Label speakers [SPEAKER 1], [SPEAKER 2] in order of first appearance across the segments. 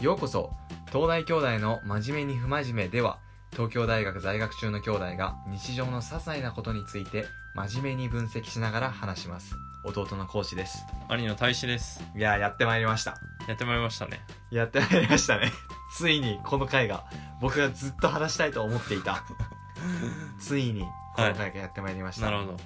[SPEAKER 1] ようこそ東大兄弟の真面目に不真面目では東京大学在学中の兄弟が日常の些細なことについて真面目に分析しながら話します弟の講師です
[SPEAKER 2] 兄の大志です
[SPEAKER 1] いやーやってまいりました
[SPEAKER 2] やってまいりましたね
[SPEAKER 1] やってまいりましたね ついにこの回が僕がずっと話したいと思ってい たついにこの回がやってまいりました、
[SPEAKER 2] なるほど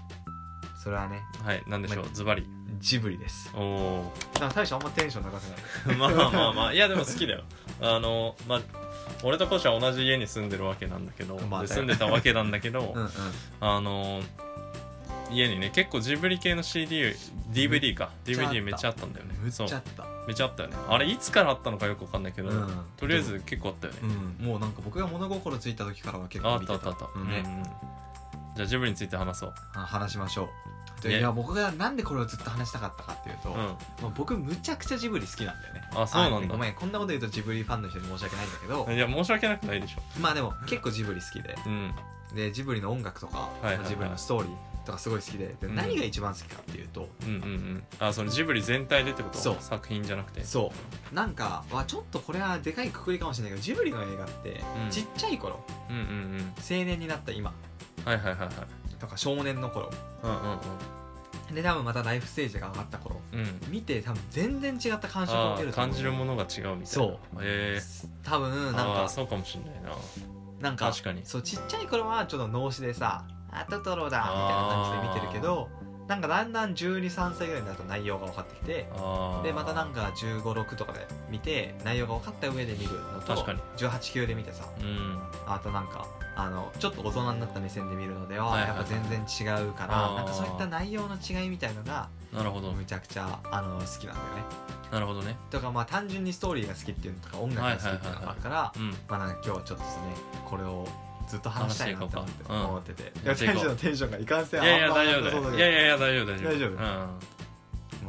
[SPEAKER 1] それはね
[SPEAKER 2] はいなんでしょうズバリ
[SPEAKER 1] ジブリです
[SPEAKER 2] おお
[SPEAKER 1] なんか大将あんまテンション高くない
[SPEAKER 2] まあまあまあいやでも好きだよあのまあ俺とコシは同じ家に住んでるわけなんだけど、
[SPEAKER 1] まあ
[SPEAKER 2] で
[SPEAKER 1] だよ
[SPEAKER 2] 住んでたわけなんだけど、
[SPEAKER 1] うんうん
[SPEAKER 2] あの家にね結構ジブリ系の CDDVD か
[SPEAKER 1] めっちゃあった
[SPEAKER 2] DVD めっちゃあったんだよね
[SPEAKER 1] むっ
[SPEAKER 2] そう
[SPEAKER 1] ちゃあった
[SPEAKER 2] めっちゃあったよねあれいつからあったのかよくわかんないけど、
[SPEAKER 1] うん
[SPEAKER 2] とりあえず結構あったよね、
[SPEAKER 1] うん、もうなんか僕が物心ついた時からは結
[SPEAKER 2] あ
[SPEAKER 1] 構
[SPEAKER 2] あっ
[SPEAKER 1] 見
[SPEAKER 2] たあ
[SPEAKER 1] て
[SPEAKER 2] ったあった、
[SPEAKER 1] うんね
[SPEAKER 2] うんうんじゃあジブリについて話そう
[SPEAKER 1] あ話しましょうで
[SPEAKER 2] ね
[SPEAKER 1] いや僕がなんでこれをずっと話したかったかっていうと、
[SPEAKER 2] うん
[SPEAKER 1] まあ僕むちゃくちゃジブリ好きなんだよね
[SPEAKER 2] あそうなんだ
[SPEAKER 1] ごめんこんなこと言うとジブリファンの人に申し訳ないんだけど
[SPEAKER 2] いや申し訳なくないでしょ
[SPEAKER 1] まあでも結構ジブリ好きで
[SPEAKER 2] うん
[SPEAKER 1] でジブリの音楽とか、
[SPEAKER 2] いはいはい
[SPEAKER 1] ジブリのストーリーとかすごい好きでで
[SPEAKER 2] うん
[SPEAKER 1] 何が一番好きかっていうと、
[SPEAKER 2] うんうんうんあそのジブリ全体でってこと
[SPEAKER 1] そう
[SPEAKER 2] 作品じゃなくて
[SPEAKER 1] そうなんかはちょっとこれはでかいくくりかもしれないけどジブリの映画って、
[SPEAKER 2] うん
[SPEAKER 1] ちっちゃい頃
[SPEAKER 2] うんうんうん
[SPEAKER 1] 青年になった今
[SPEAKER 2] はいはいはいはい
[SPEAKER 1] とか少年の頃
[SPEAKER 2] う
[SPEAKER 1] で多分またライフステージが上がった頃
[SPEAKER 2] んうんうんうん
[SPEAKER 1] 見て多分全然違った感触を
[SPEAKER 2] あ
[SPEAKER 1] 受け
[SPEAKER 2] ー
[SPEAKER 1] ると思う
[SPEAKER 2] 感じるものが違うみたいな
[SPEAKER 1] そう
[SPEAKER 2] へえ
[SPEAKER 1] 多分なん
[SPEAKER 2] あー
[SPEAKER 1] か
[SPEAKER 2] そうかもしんないな
[SPEAKER 1] なんか
[SPEAKER 2] 確かに
[SPEAKER 1] そうちっちゃい頃はちょっと脳死でさ「あトトロだ」みたいな感じで見てるけどなんかだんだん1 2 3歳ぐらいになると内容が分かってきて
[SPEAKER 2] あー
[SPEAKER 1] でまたなんか1 5 6とかで見て内容が分かった上で見るのと
[SPEAKER 2] 確かに
[SPEAKER 1] 1 8級で見てさ
[SPEAKER 2] うん
[SPEAKER 1] あとなんかあのちょっと大人になった目線で見るのでは、
[SPEAKER 2] はいはい
[SPEAKER 1] や
[SPEAKER 2] は
[SPEAKER 1] っ
[SPEAKER 2] い
[SPEAKER 1] ぱ全然違うから
[SPEAKER 2] あー
[SPEAKER 1] なんかそういった内容の違いみたいのが
[SPEAKER 2] なるほど
[SPEAKER 1] むちゃくちゃあの好きなんだよね。
[SPEAKER 2] なるほどね
[SPEAKER 1] とかまあ単純にストーリーが好きっていうのとか音楽が好きっていうのがあるから
[SPEAKER 2] うん
[SPEAKER 1] まあなんか今日はちょっとですねこれをずっと話したいなと思って
[SPEAKER 2] うん
[SPEAKER 1] 思ってて、い
[SPEAKER 2] や
[SPEAKER 1] や
[SPEAKER 2] っていこう
[SPEAKER 1] 天使のテンションがいかん
[SPEAKER 2] い
[SPEAKER 1] せん
[SPEAKER 2] やいや
[SPEAKER 1] あんま
[SPEAKER 2] 大丈夫だ
[SPEAKER 1] そう
[SPEAKER 2] よい
[SPEAKER 1] け
[SPEAKER 2] やいやいや大丈夫大丈夫
[SPEAKER 1] 大丈夫
[SPEAKER 2] うん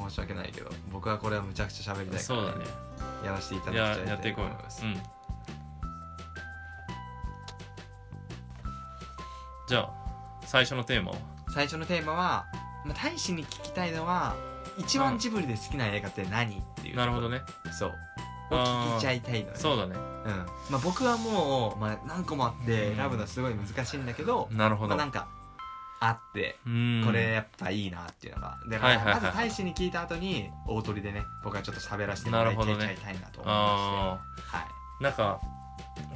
[SPEAKER 1] ど申し訳ないけど僕はこれはむちゃくちゃ喋りたいか
[SPEAKER 2] そうだね
[SPEAKER 1] らやらせていた
[SPEAKER 2] い
[SPEAKER 1] だ
[SPEAKER 2] や
[SPEAKER 1] きたい
[SPEAKER 2] やっていこうよ
[SPEAKER 1] と思ます
[SPEAKER 2] うんじゃあ最初のテーマは
[SPEAKER 1] 最初のテーマは、まあ、大使に聞きたいのは一番ジブリで好きな映画って何っていう
[SPEAKER 2] なるほどね
[SPEAKER 1] そうを聞きちゃいたいのね
[SPEAKER 2] そうだね
[SPEAKER 1] うんまあ、僕はもう、まあ、何個もあって
[SPEAKER 2] うん
[SPEAKER 1] 選ぶのはすごい難しいんだけど、
[SPEAKER 2] なるほ
[SPEAKER 1] ま
[SPEAKER 2] ど
[SPEAKER 1] あ、なんかあって
[SPEAKER 2] うん
[SPEAKER 1] これやっぱいいなっていうのがだか
[SPEAKER 2] はい
[SPEAKER 1] ら
[SPEAKER 2] はいは
[SPEAKER 1] ま
[SPEAKER 2] い
[SPEAKER 1] ず大使に聞いた後に大鳥でね僕はちょっと喋らせてもらいたい,、
[SPEAKER 2] なる
[SPEAKER 1] たいなと思いま
[SPEAKER 2] あ
[SPEAKER 1] してはい
[SPEAKER 2] ーなんか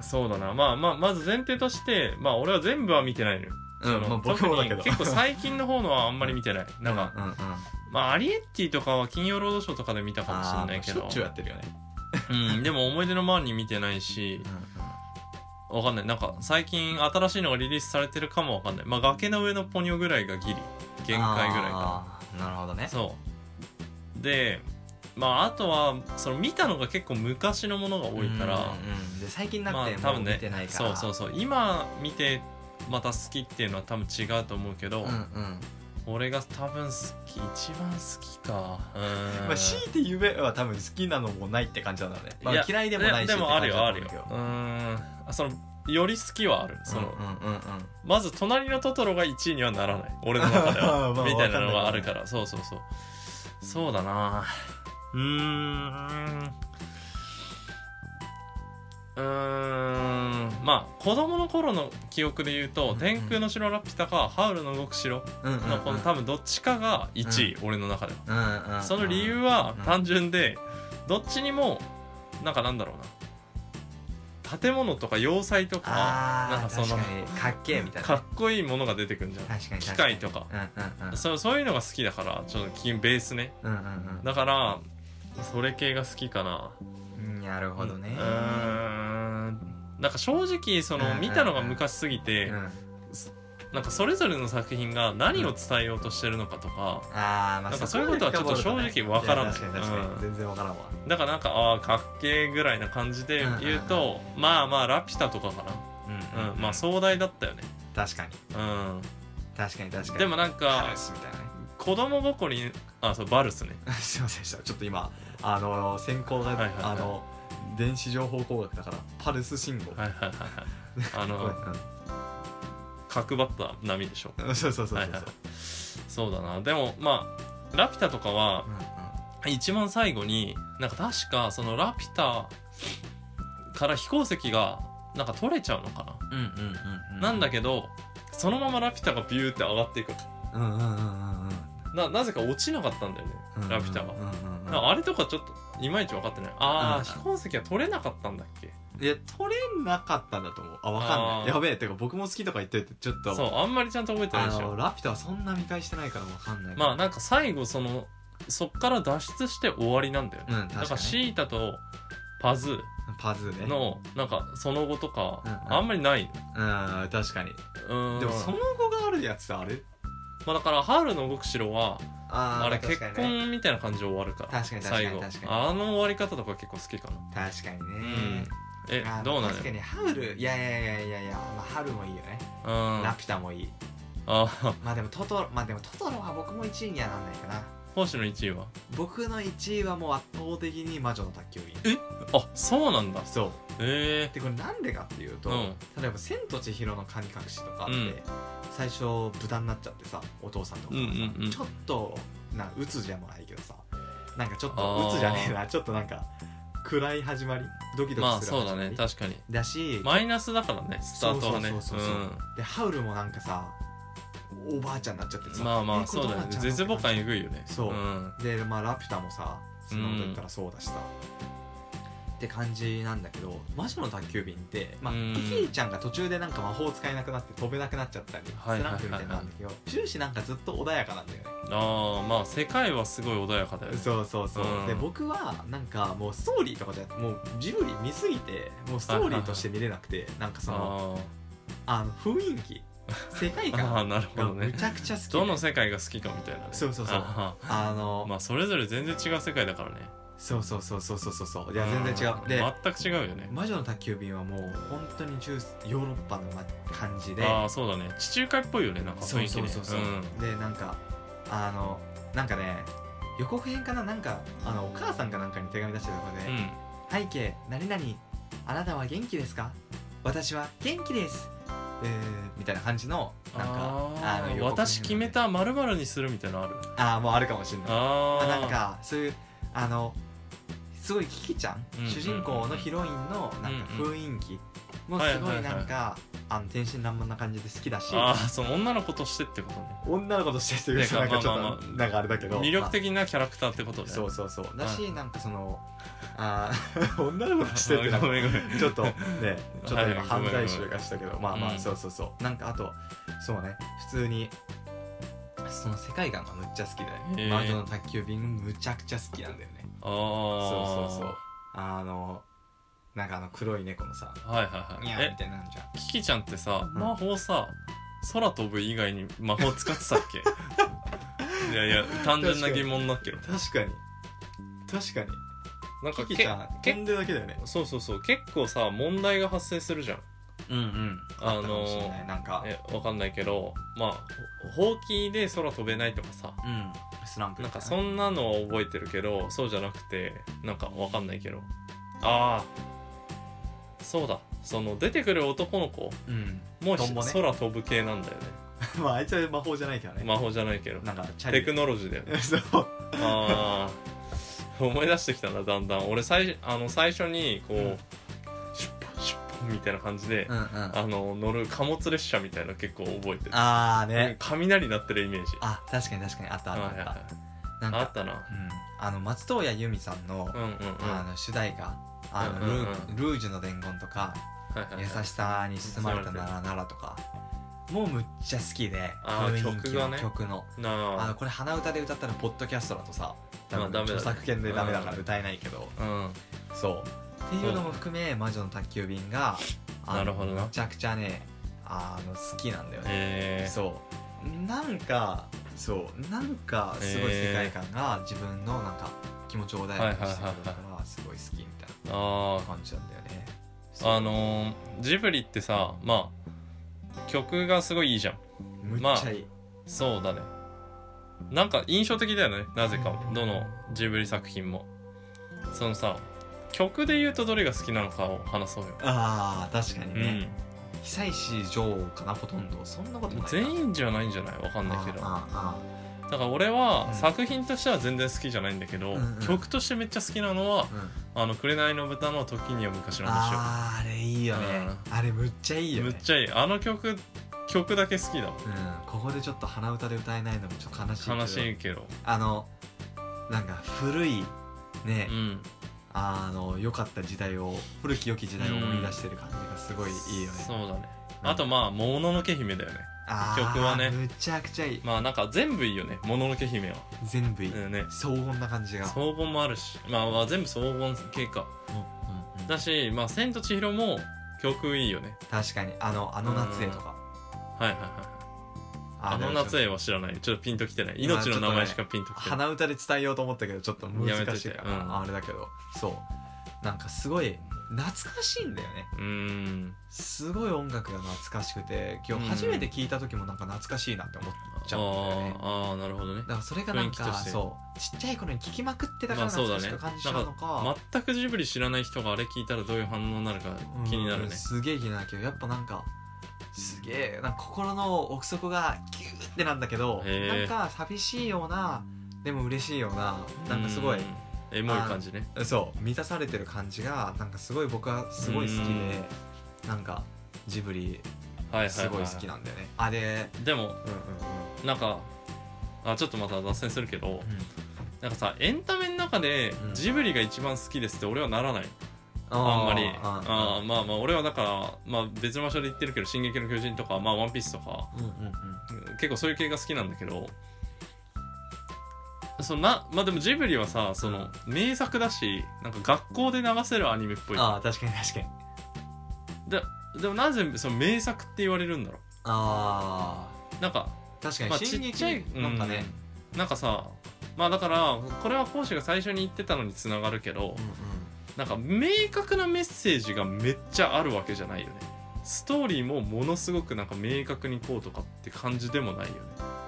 [SPEAKER 2] そうだなまあまあまず前提としてまあ俺は全部は見てないのよ、
[SPEAKER 1] うん
[SPEAKER 2] その
[SPEAKER 1] まあ僕もだけど
[SPEAKER 2] 特に結構最近の方のはあんまり見てないなんか、
[SPEAKER 1] うんうん
[SPEAKER 2] まあアリエッティとかは金曜ロードショーとかで見たかもしれないけ
[SPEAKER 1] あーまあしょっ
[SPEAKER 2] ど
[SPEAKER 1] ちゅうやってるよね、
[SPEAKER 2] うんでも思い出の前に見てないしわかんないなんか最近新しいのがリリースされてるかもわかんないまあ崖の上のポニョぐらいがギリ限界ぐらいか
[SPEAKER 1] あーなるほどね
[SPEAKER 2] なそうでまああとはその見たのが結構昔のものが多いから、
[SPEAKER 1] うんうんで最近に
[SPEAKER 2] ま
[SPEAKER 1] な
[SPEAKER 2] あ
[SPEAKER 1] ってもう
[SPEAKER 2] 多分
[SPEAKER 1] 見
[SPEAKER 2] ね
[SPEAKER 1] てないから、
[SPEAKER 2] そうそうそう今見てまた好きっていうのは多分違うと思うけど、
[SPEAKER 1] うんうん
[SPEAKER 2] 俺が多分好き一番好きかうーん、
[SPEAKER 1] まあ、強いて夢は多分好きなのもないって感じなんだね、ま
[SPEAKER 2] いや
[SPEAKER 1] あ、嫌いでもないし
[SPEAKER 2] でもあるよあ
[SPEAKER 1] って
[SPEAKER 2] るよ
[SPEAKER 1] 感じだと
[SPEAKER 2] う
[SPEAKER 1] 思う
[SPEAKER 2] ーんあそのより好きはあるその、
[SPEAKER 1] けどうんうんうんうん
[SPEAKER 2] まず「隣のトトロ」が1位にはな らない俺の中では、
[SPEAKER 1] まあ
[SPEAKER 2] みたいなのが
[SPEAKER 1] わかんな
[SPEAKER 2] ある
[SPEAKER 1] い
[SPEAKER 2] からそうそうそうそうだなうーんうーんまあ子供の頃の記憶で言うと
[SPEAKER 1] う
[SPEAKER 2] 「
[SPEAKER 1] ん
[SPEAKER 2] 天空の城ラピュタ」か「ハウルの動く城」
[SPEAKER 1] うんうんうん
[SPEAKER 2] のこの多分どっちかが1位、俺の中では
[SPEAKER 1] うんうんうん
[SPEAKER 2] その理由は
[SPEAKER 1] うん
[SPEAKER 2] 単純で、どっちにもなんかなんだろうな建物とか要塞とか
[SPEAKER 1] あ
[SPEAKER 2] なん
[SPEAKER 1] あ
[SPEAKER 2] かその
[SPEAKER 1] 確かにかっけえみたいな
[SPEAKER 2] かっこいいものが出てくるんじゃん
[SPEAKER 1] 確かに
[SPEAKER 2] 機
[SPEAKER 1] 確かに
[SPEAKER 2] 械とか
[SPEAKER 1] うんうんうん
[SPEAKER 2] そうそういうのが好きだからちょっと基本ベースね
[SPEAKER 1] うんうん
[SPEAKER 2] だからそれ系が好きかな
[SPEAKER 1] うんなるほどね
[SPEAKER 2] うーんなんか正直そ
[SPEAKER 1] うんうん
[SPEAKER 2] の
[SPEAKER 1] うん
[SPEAKER 2] 見たのが昔すぎて
[SPEAKER 1] うん
[SPEAKER 2] なんかそれぞれの作品が何を伝えようとしてるのかとか
[SPEAKER 1] あーまあ
[SPEAKER 2] なんかそういうことはちょっと正直わからない
[SPEAKER 1] そこまで深掘るとねいや確かに確かに
[SPEAKER 2] うん
[SPEAKER 1] 全然わからんわ
[SPEAKER 2] だからなんかああかっけえぐらいな感じで言うとまあまあラピュタとかかなうんまあ壮大だったよね
[SPEAKER 1] 確かに
[SPEAKER 2] う
[SPEAKER 1] 確かに確か
[SPEAKER 2] ん
[SPEAKER 1] に
[SPEAKER 2] でもなん
[SPEAKER 1] カ
[SPEAKER 2] か
[SPEAKER 1] ラスみたいなね
[SPEAKER 2] 子供心にあそうバルスね
[SPEAKER 1] すいませんでしたちょっと今あの先行
[SPEAKER 2] はいは
[SPEAKER 1] が
[SPEAKER 2] いはい
[SPEAKER 1] あの電子情報工学だからパルス信号
[SPEAKER 2] はいはいはいはい あ
[SPEAKER 1] ごめ
[SPEAKER 2] の
[SPEAKER 1] ん
[SPEAKER 2] 角張った波でしょ
[SPEAKER 1] うんそうそうそうそう
[SPEAKER 2] はいはいそうだなでもまあラピュタとかは
[SPEAKER 1] うんうん
[SPEAKER 2] 一番最後になんか確かそのラピュタから飛行石がなんか取れちゃうのかな、
[SPEAKER 1] うんうんうん
[SPEAKER 2] なんだ
[SPEAKER 1] け
[SPEAKER 2] けどそのままラピュタがビューって上がっていく
[SPEAKER 1] うんうんうんうん
[SPEAKER 2] ななぜか落ちなかったんだよね
[SPEAKER 1] うん
[SPEAKER 2] ラピュタ
[SPEAKER 1] う
[SPEAKER 2] が
[SPEAKER 1] んうんうん
[SPEAKER 2] なんかあれとかちょっといまいち分かってないあ
[SPEAKER 1] う
[SPEAKER 2] あ
[SPEAKER 1] ん
[SPEAKER 2] 飛行石は取れなかったんだっけ
[SPEAKER 1] いや取れなかったんだと思うあわかん
[SPEAKER 2] あ
[SPEAKER 1] な
[SPEAKER 2] ー
[SPEAKER 1] いやべえてか僕も好きとか言っててちょっと
[SPEAKER 2] そうあんまりちゃんと覚えてない
[SPEAKER 1] あ
[SPEAKER 2] でし
[SPEAKER 1] の
[SPEAKER 2] ょ
[SPEAKER 1] ラピュタはそんな見返してないからわかんない
[SPEAKER 2] まあなんか最後そのそっから脱出して終わりなんだよね、
[SPEAKER 1] うん確かに
[SPEAKER 2] だからシータとパズ
[SPEAKER 1] パズーね
[SPEAKER 2] のなんかその後とか
[SPEAKER 1] うんうん
[SPEAKER 2] あんまりない
[SPEAKER 1] うん確かに
[SPEAKER 2] うん
[SPEAKER 1] でもその後があるやつさあれ
[SPEAKER 2] まあ、だから「ハウルの動く城は」
[SPEAKER 1] あー
[SPEAKER 2] あれ
[SPEAKER 1] 確
[SPEAKER 2] 結
[SPEAKER 1] かにね
[SPEAKER 2] 婚みたいな感じで終わるから
[SPEAKER 1] 確かに確かに
[SPEAKER 2] 最後
[SPEAKER 1] 確かに
[SPEAKER 2] あの終わり方とか結構好きかな
[SPEAKER 1] 確かに
[SPEAKER 2] う
[SPEAKER 1] ね
[SPEAKER 2] んえ
[SPEAKER 1] あー
[SPEAKER 2] どうなの
[SPEAKER 1] 確か
[SPEAKER 2] よ
[SPEAKER 1] にハウルいやいやいやいやいやまあハウルもいいよね
[SPEAKER 2] うんあ
[SPEAKER 1] ラピュタもいい
[SPEAKER 2] あ
[SPEAKER 1] まあでもトトロまあでもトトロは僕も1位にはなんないかな
[SPEAKER 2] 星の1位は
[SPEAKER 1] 僕の1位はもう圧倒的に魔女の宅急便
[SPEAKER 2] あそうなんだ
[SPEAKER 1] そう
[SPEAKER 2] ええ
[SPEAKER 1] でこれなんでかっていうと、
[SPEAKER 2] うん
[SPEAKER 1] 例えば「千と千尋の神隠し」とかって、
[SPEAKER 2] うん
[SPEAKER 1] 最初豚になっちゃってさお父さんとかがさ、
[SPEAKER 2] うんうんうん
[SPEAKER 1] ちょっとな鬱じゃないけどさなんかちょっ
[SPEAKER 2] あ
[SPEAKER 1] と
[SPEAKER 2] ー
[SPEAKER 1] 鬱じゃねえなちょっとなんか暗い始まりドキド
[SPEAKER 2] まあ
[SPEAKER 1] キする
[SPEAKER 2] そう
[SPEAKER 1] 始
[SPEAKER 2] だ
[SPEAKER 1] まり、
[SPEAKER 2] ね確かに
[SPEAKER 1] だし、
[SPEAKER 2] マイナスだからねスタートはね
[SPEAKER 1] そうそうそうそう
[SPEAKER 2] うん
[SPEAKER 1] でハウルもなんかさおばあちゃんになっちゃってさ
[SPEAKER 2] まあま
[SPEAKER 1] え
[SPEAKER 2] あ
[SPEAKER 1] これ
[SPEAKER 2] そうだよ
[SPEAKER 1] どなっち
[SPEAKER 2] ね
[SPEAKER 1] ゃの
[SPEAKER 2] 絶望感えぐいよね
[SPEAKER 1] そうんで、まあ、ラピュタもさそんなこと言ったらそうだしさ、って感じなんだけど魔女の宅急便って、まあ、
[SPEAKER 2] うん
[SPEAKER 1] イキリちゃんが途中でなんか魔法使えなくなって飛べなくなっちゃったり
[SPEAKER 2] はい
[SPEAKER 1] ス
[SPEAKER 2] は
[SPEAKER 1] ラン
[SPEAKER 2] いはいはい
[SPEAKER 1] プみたいになるんだけど終始なんかずっと穏やかなんだよね
[SPEAKER 2] ああまあ世界はすごい穏やかだよね
[SPEAKER 1] そうそうそう、
[SPEAKER 2] うん
[SPEAKER 1] で僕はなんかもうストーリーとかじゃもうジブリ見すぎてもうストーリーとして見れなくてなんかその
[SPEAKER 2] あ
[SPEAKER 1] あの雰囲気世界
[SPEAKER 2] ーあー
[SPEAKER 1] 観
[SPEAKER 2] なるほ
[SPEAKER 1] が
[SPEAKER 2] ど
[SPEAKER 1] む
[SPEAKER 2] ね
[SPEAKER 1] ちゃくちゃ好きで
[SPEAKER 2] どの世界が好きかみたいなね
[SPEAKER 1] そうそうそう
[SPEAKER 2] あ
[SPEAKER 1] あの、
[SPEAKER 2] ーまあそれぞれ全然違う世界だからね
[SPEAKER 1] そうそうそうそうそうそうそうい
[SPEAKER 2] い
[SPEAKER 1] や全然違うで
[SPEAKER 2] 全く違うよね
[SPEAKER 1] 魔女の宅急便はもう本当に中ヨーロッパのま感じで
[SPEAKER 2] ああそうだね地中海っぽいよねなんか
[SPEAKER 1] そ
[SPEAKER 2] 雰
[SPEAKER 1] う
[SPEAKER 2] 囲気
[SPEAKER 1] そう
[SPEAKER 2] ね
[SPEAKER 1] そうそう、
[SPEAKER 2] うん
[SPEAKER 1] でなんかあのなんかね予告編かななんかあのお母さんかなんかに手紙出してたとこで「
[SPEAKER 2] うん
[SPEAKER 1] 背景何々あなたは元気ですか私は元気です」えー、みたいな感じのなんか
[SPEAKER 2] あ
[SPEAKER 1] の予告
[SPEAKER 2] ー
[SPEAKER 1] 編がね
[SPEAKER 2] 私決めたまるにするみたいなのある
[SPEAKER 1] ああもうあるかもしれない
[SPEAKER 2] あ
[SPEAKER 1] あ
[SPEAKER 2] あ
[SPEAKER 1] なんかそういうあのすごいキキちゃん、
[SPEAKER 2] うん
[SPEAKER 1] 主人公のヒロインのなんか
[SPEAKER 2] うんうん
[SPEAKER 1] 雰囲気も
[SPEAKER 2] はい
[SPEAKER 1] す
[SPEAKER 2] はい
[SPEAKER 1] ご
[SPEAKER 2] はい
[SPEAKER 1] いなんか、あの天真爛漫な感じで好きだし
[SPEAKER 2] あーその女の子としてってことね
[SPEAKER 1] 女の子としてる
[SPEAKER 2] てか
[SPEAKER 1] なんかちょっと、
[SPEAKER 2] まあまあま
[SPEAKER 1] なんかあれだけど
[SPEAKER 2] 魅力的なキャラクターってこと
[SPEAKER 1] まあ
[SPEAKER 2] ね
[SPEAKER 1] そうそうそうだし、なんかそのあー 女の子としてってな
[SPEAKER 2] あ
[SPEAKER 1] ん
[SPEAKER 2] ーご
[SPEAKER 1] か
[SPEAKER 2] めんごめん
[SPEAKER 1] ちょっとねちょっと
[SPEAKER 2] はい
[SPEAKER 1] 今犯罪集がしたけど、まあま
[SPEAKER 2] う
[SPEAKER 1] あ
[SPEAKER 2] ん
[SPEAKER 1] そうそうそうなんかあとそうね普通にその世界観がむっちゃ好き
[SPEAKER 2] へ
[SPEAKER 1] で
[SPEAKER 2] ー
[SPEAKER 1] 魔女の宅急便むちゃくちゃ好きなんだよね
[SPEAKER 2] あ
[SPEAKER 1] そ
[SPEAKER 2] あ
[SPEAKER 1] うそうそうあのなんかあの黒い猫のさ
[SPEAKER 2] はいはい
[SPEAKER 1] ニ
[SPEAKER 2] は
[SPEAKER 1] ャ
[SPEAKER 2] い
[SPEAKER 1] ーみ
[SPEAKER 2] え
[SPEAKER 1] たいなのあるじゃん
[SPEAKER 2] キキちゃんってさ
[SPEAKER 1] うん
[SPEAKER 2] 魔法さ空飛ぶ以外に魔法使ってたっけ いやいや単純な疑問だけど
[SPEAKER 1] 確かに確かに
[SPEAKER 2] なんか
[SPEAKER 1] キキ
[SPEAKER 2] け
[SPEAKER 1] ちゃん
[SPEAKER 2] け
[SPEAKER 1] 飛んでるだけだよね
[SPEAKER 2] そうそうそう結構さ問題が発生するじゃん
[SPEAKER 1] うんうん
[SPEAKER 2] あ
[SPEAKER 1] あったかもしれ
[SPEAKER 2] の
[SPEAKER 1] ないなんか
[SPEAKER 2] えわかんないけどまあほほうきで空飛べないとかさ
[SPEAKER 1] うんスランプ
[SPEAKER 2] なんかそんなのは覚えてるけどそうじゃなくてなんかわかんないけどああそうだその出てくる男の子
[SPEAKER 1] うん
[SPEAKER 2] もう
[SPEAKER 1] トンボね
[SPEAKER 2] 空飛ぶ系なんだよ
[SPEAKER 1] まああいつは魔法じゃないけどね
[SPEAKER 2] ね魔法じゃないけど
[SPEAKER 1] なんかチャ
[SPEAKER 2] テ
[SPEAKER 1] リ
[SPEAKER 2] クノロジーだよね
[SPEAKER 1] そう
[SPEAKER 2] ああ思い出してきたなだんだん俺最あの最初にこう、
[SPEAKER 1] うん
[SPEAKER 2] シュッポシュッポみたいな感じで、
[SPEAKER 1] うんうんあ
[SPEAKER 2] あの乗る貨物列車みたいなの結構覚えてる
[SPEAKER 1] あー
[SPEAKER 2] うん
[SPEAKER 1] ね
[SPEAKER 2] 雷鳴ってるイメージ
[SPEAKER 1] あ確かに確かにあったあ
[SPEAKER 2] は
[SPEAKER 1] っ
[SPEAKER 2] いはい
[SPEAKER 1] たあ
[SPEAKER 2] は
[SPEAKER 1] っ
[SPEAKER 2] い
[SPEAKER 1] たな
[SPEAKER 2] あ
[SPEAKER 1] んか
[SPEAKER 2] ったな
[SPEAKER 1] うんあの松任谷由実さんの
[SPEAKER 2] うんうんうん
[SPEAKER 1] あの主題歌あの
[SPEAKER 2] うんうん
[SPEAKER 1] ル
[SPEAKER 2] うん
[SPEAKER 1] ールージュの伝言とか
[SPEAKER 2] はいはいはい
[SPEAKER 1] 優しさに包まれたならならとかもうむっちゃ好きで
[SPEAKER 2] あー
[SPEAKER 1] 雰囲気
[SPEAKER 2] 曲がね
[SPEAKER 1] 曲の
[SPEAKER 2] な
[SPEAKER 1] あの
[SPEAKER 2] あ
[SPEAKER 1] これ鼻歌で歌ったらポッドキャストだとさ多
[SPEAKER 2] まあ
[SPEAKER 1] 分
[SPEAKER 2] ダメだね
[SPEAKER 1] 著作権でダメだから歌えないけど、
[SPEAKER 2] うん
[SPEAKER 1] そうっていうのも含め「魔女の宅急便が」あの
[SPEAKER 2] なるほどな
[SPEAKER 1] めちゃくちゃねあの好きなんだよね、
[SPEAKER 2] えー
[SPEAKER 1] そうなんかそうなんかすごい世界観が自分のなんか気持ちを穏やかにしてくれるからすごい好きみたい
[SPEAKER 2] あ
[SPEAKER 1] な感じなんだよね
[SPEAKER 2] ーあのージブリってさまあ曲がすごいいいじゃん
[SPEAKER 1] むっちゃいい、
[SPEAKER 2] そうだねなんか印象的だよねなぜか
[SPEAKER 1] うん
[SPEAKER 2] どのジブリ作品もそのさ曲で言うとどれが好きなのかを話そうよ、
[SPEAKER 1] ああー確かに
[SPEAKER 2] う
[SPEAKER 1] ね、
[SPEAKER 2] ん
[SPEAKER 1] 久石譲かなほとんどそんなこともないな
[SPEAKER 2] 全員じゃないんじゃないわかんないけど
[SPEAKER 1] あーあ
[SPEAKER 2] だから俺は
[SPEAKER 1] うん
[SPEAKER 2] 作品としては全然好きじゃないんだけど、
[SPEAKER 1] うんうん
[SPEAKER 2] 曲としてめっちゃ好きなのは
[SPEAKER 1] うん
[SPEAKER 2] 「あの紅の豚の時には昔の話を
[SPEAKER 1] あーあれいいよねあれむっちゃいい」よ
[SPEAKER 2] む
[SPEAKER 1] ね
[SPEAKER 2] っちゃいいあの曲曲だけ好きだ
[SPEAKER 1] う
[SPEAKER 2] わ
[SPEAKER 1] ん、ここでちょっと鼻歌で歌えないのもちょっと悲しいけど
[SPEAKER 2] 悲しいけど
[SPEAKER 1] あのなんか古いね、
[SPEAKER 2] うん
[SPEAKER 1] あの良かった時代を古き良き時代を思い出してる感じがすごいいいよね、
[SPEAKER 2] そうだねあとまあ「もののけ姫」だよね
[SPEAKER 1] あー
[SPEAKER 2] 曲はね
[SPEAKER 1] むちゃくちゃいい
[SPEAKER 2] まあなんか全部いいよね「もののけ姫は」
[SPEAKER 1] 全部いい、
[SPEAKER 2] うんね
[SPEAKER 1] 荘厳な感じが
[SPEAKER 2] 荘厳もあるしまあまあ全部荘厳系か
[SPEAKER 1] うんうんうん
[SPEAKER 2] だしまあ「千と千尋」も曲いいよね
[SPEAKER 1] 確かにあの「あの夏へ」とか
[SPEAKER 2] はいはいはい
[SPEAKER 1] 「
[SPEAKER 2] あの夏
[SPEAKER 1] へ
[SPEAKER 2] へは知らないちょっとピンときてない命の名前しかピン」ときてない、
[SPEAKER 1] 鼻歌で伝えようと思ったけどちょっと難しいから、
[SPEAKER 2] やめといてうん
[SPEAKER 1] あれだけどそうなんかすごい懐かしいんだよね
[SPEAKER 2] うーん
[SPEAKER 1] すごい音楽が懐かしくて今日
[SPEAKER 2] うん
[SPEAKER 1] 初めて聞いた時もなんか懐かしいなって思っちゃうんだよね、
[SPEAKER 2] あーあーなるほどね
[SPEAKER 1] だからそれがなん
[SPEAKER 2] 雰囲気
[SPEAKER 1] か
[SPEAKER 2] として
[SPEAKER 1] そうちっちゃい頃に聞きまくってたか
[SPEAKER 2] ま
[SPEAKER 1] ら
[SPEAKER 2] あそう
[SPEAKER 1] 懐
[SPEAKER 2] だ
[SPEAKER 1] か
[SPEAKER 2] ね
[SPEAKER 1] しく感じちゃうのか,、
[SPEAKER 2] 全くジブリ知らない人があれ聞いたらどういう反応になるか気になる
[SPEAKER 1] うん
[SPEAKER 2] ね
[SPEAKER 1] すげえ気になるけどやっぱなんかすげえなんか心の奥底がギューってなんだけど
[SPEAKER 2] へ
[SPEAKER 1] な
[SPEAKER 2] え
[SPEAKER 1] んか寂しいようなでも嬉しいようななんかすごい
[SPEAKER 2] うんエモい感じね
[SPEAKER 1] そう満たされてる感じがなんかすごい僕はすごい好きでなんかジブリ
[SPEAKER 2] はいはいはい
[SPEAKER 1] すごい好きなんだよねあれ
[SPEAKER 2] でも
[SPEAKER 1] うんうん
[SPEAKER 2] なんかあちょっとまた脱線するけど
[SPEAKER 1] うんうん
[SPEAKER 2] なんかさエンタメの中で
[SPEAKER 1] うん
[SPEAKER 2] ジブリが一番好きですって俺はならない
[SPEAKER 1] あ
[SPEAKER 2] あんまりあ
[SPEAKER 1] あ
[SPEAKER 2] ーまあまあ俺はだから、まあ、別の場所で言ってるけど「進撃の巨人」とか「まあ、ワンピースとか
[SPEAKER 1] うんうんうん
[SPEAKER 2] 結構そういう系が好きなんだけどそのなまあでもジブリはさその名作だしなんか学校で流せるアニメっぽい
[SPEAKER 1] ああ確かに確かに
[SPEAKER 2] ででもなぜその名作って言われるんだろ
[SPEAKER 1] あ
[SPEAKER 2] うなんか
[SPEAKER 1] あ確か
[SPEAKER 2] ま
[SPEAKER 1] に
[SPEAKER 2] あち
[SPEAKER 1] 進
[SPEAKER 2] っ
[SPEAKER 1] 撃
[SPEAKER 2] ちゃい
[SPEAKER 1] なんかね、
[SPEAKER 2] うんなんかさまあだからこれは講師が最初に言ってたのにつながるけど
[SPEAKER 1] うんうん
[SPEAKER 2] なんか明確なメッセージがめっちゃあるわけじゃないよねストーリーもものすごくなんか明確にこうとかって感じでもないよね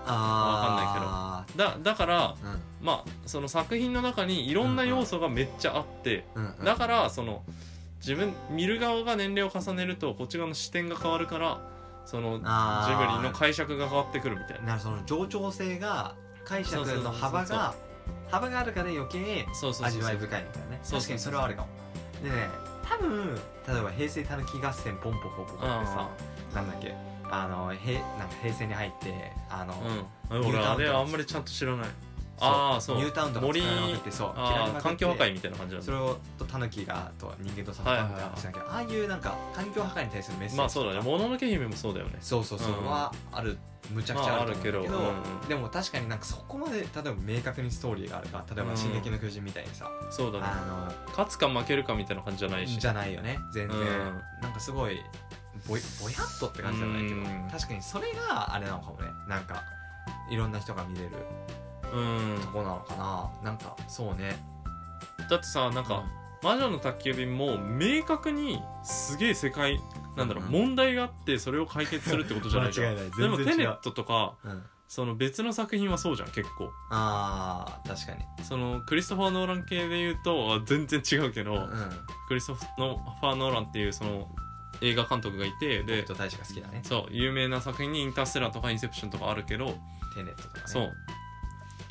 [SPEAKER 1] ああ
[SPEAKER 2] だだから
[SPEAKER 1] わかんない
[SPEAKER 2] まあその作品の中にいろんな要素がめっちゃあって、
[SPEAKER 1] けどうんうんうん
[SPEAKER 2] だからその自分見る側が年齢を重ねるとこっち側の視点が変わるからそのジ
[SPEAKER 1] あー
[SPEAKER 2] ブリの解釈が変わってくるみたいな
[SPEAKER 1] なるほどその冗長性が解釈
[SPEAKER 2] そうそうそ
[SPEAKER 1] の
[SPEAKER 2] うそう
[SPEAKER 1] 幅が幅があるから余計
[SPEAKER 2] そうそうそ
[SPEAKER 1] 味
[SPEAKER 2] う
[SPEAKER 1] わ
[SPEAKER 2] そ
[SPEAKER 1] いう深いみたいなね
[SPEAKER 2] そ
[SPEAKER 1] 確か
[SPEAKER 2] うそうそう
[SPEAKER 1] にそれはあるかもでね多分例えば「平成たぬき合戦ポンポコポコ」ってさなんだっけあのへなんか平成に入ってあの、
[SPEAKER 2] うんうん
[SPEAKER 1] ニュー
[SPEAKER 2] 俺
[SPEAKER 1] タウン
[SPEAKER 2] あれ
[SPEAKER 1] とか
[SPEAKER 2] あんまりちゃんと知らないああそう
[SPEAKER 1] ニュータウンとか
[SPEAKER 2] 森
[SPEAKER 1] 使いまくってそう嫌い
[SPEAKER 2] あ
[SPEAKER 1] にな
[SPEAKER 2] あ
[SPEAKER 1] って
[SPEAKER 2] 環境破壊みたいな感じなん
[SPEAKER 1] そ
[SPEAKER 2] だ
[SPEAKER 1] れをとタヌキがと人間と戦うみたいな話だけど、ああいうなんか環境破壊に対するメッセージ
[SPEAKER 2] まあそうだね「
[SPEAKER 1] とか
[SPEAKER 2] もののけ姫」もそうだよね
[SPEAKER 1] そうそうそう
[SPEAKER 2] うん
[SPEAKER 1] はある、むちゃくちゃあると思うんだけど,、
[SPEAKER 2] まああるけどうんうん
[SPEAKER 1] でも確かになんかそこまで例えば明確にストーリーがあるから例え
[SPEAKER 2] う
[SPEAKER 1] ば「
[SPEAKER 2] ん
[SPEAKER 1] 進撃の巨人」みたいにさ、
[SPEAKER 2] そうだね
[SPEAKER 1] あ
[SPEAKER 2] 勝つか負けるかみたいな感じじゃな
[SPEAKER 1] の
[SPEAKER 2] いし
[SPEAKER 1] じゃないよね全然、
[SPEAKER 2] うん
[SPEAKER 1] なんかすごいぼぼやっとって感じじゃないけど、
[SPEAKER 2] うん
[SPEAKER 1] 確かにそれがあれなのかもねなんかいろんな人が見れる
[SPEAKER 2] うん
[SPEAKER 1] とこなのかな、なんかそうね
[SPEAKER 2] だってさなんか「魔女の宅急便」も明確にすげえ世界なんだろう
[SPEAKER 1] うん
[SPEAKER 2] 問題があってそれを解決するってことじゃないじゃ
[SPEAKER 1] 間
[SPEAKER 2] ん
[SPEAKER 1] 違いない
[SPEAKER 2] でも
[SPEAKER 1] 全然違
[SPEAKER 2] テ
[SPEAKER 1] う
[SPEAKER 2] ネットとか
[SPEAKER 1] うん、
[SPEAKER 2] その別の作品はそうじゃん結構
[SPEAKER 1] あー確かに
[SPEAKER 2] そのクリストファー・ノーラン系で言うとあ全然違うけど、
[SPEAKER 1] うん
[SPEAKER 2] クリストファー・ノーランっていうその映画監督がいて
[SPEAKER 1] 僕
[SPEAKER 2] で
[SPEAKER 1] と大使が好きだね
[SPEAKER 2] そう有名な作品に「インターステラー」とか「インセプション」とかあるけど、
[SPEAKER 1] テネットとかね
[SPEAKER 2] そう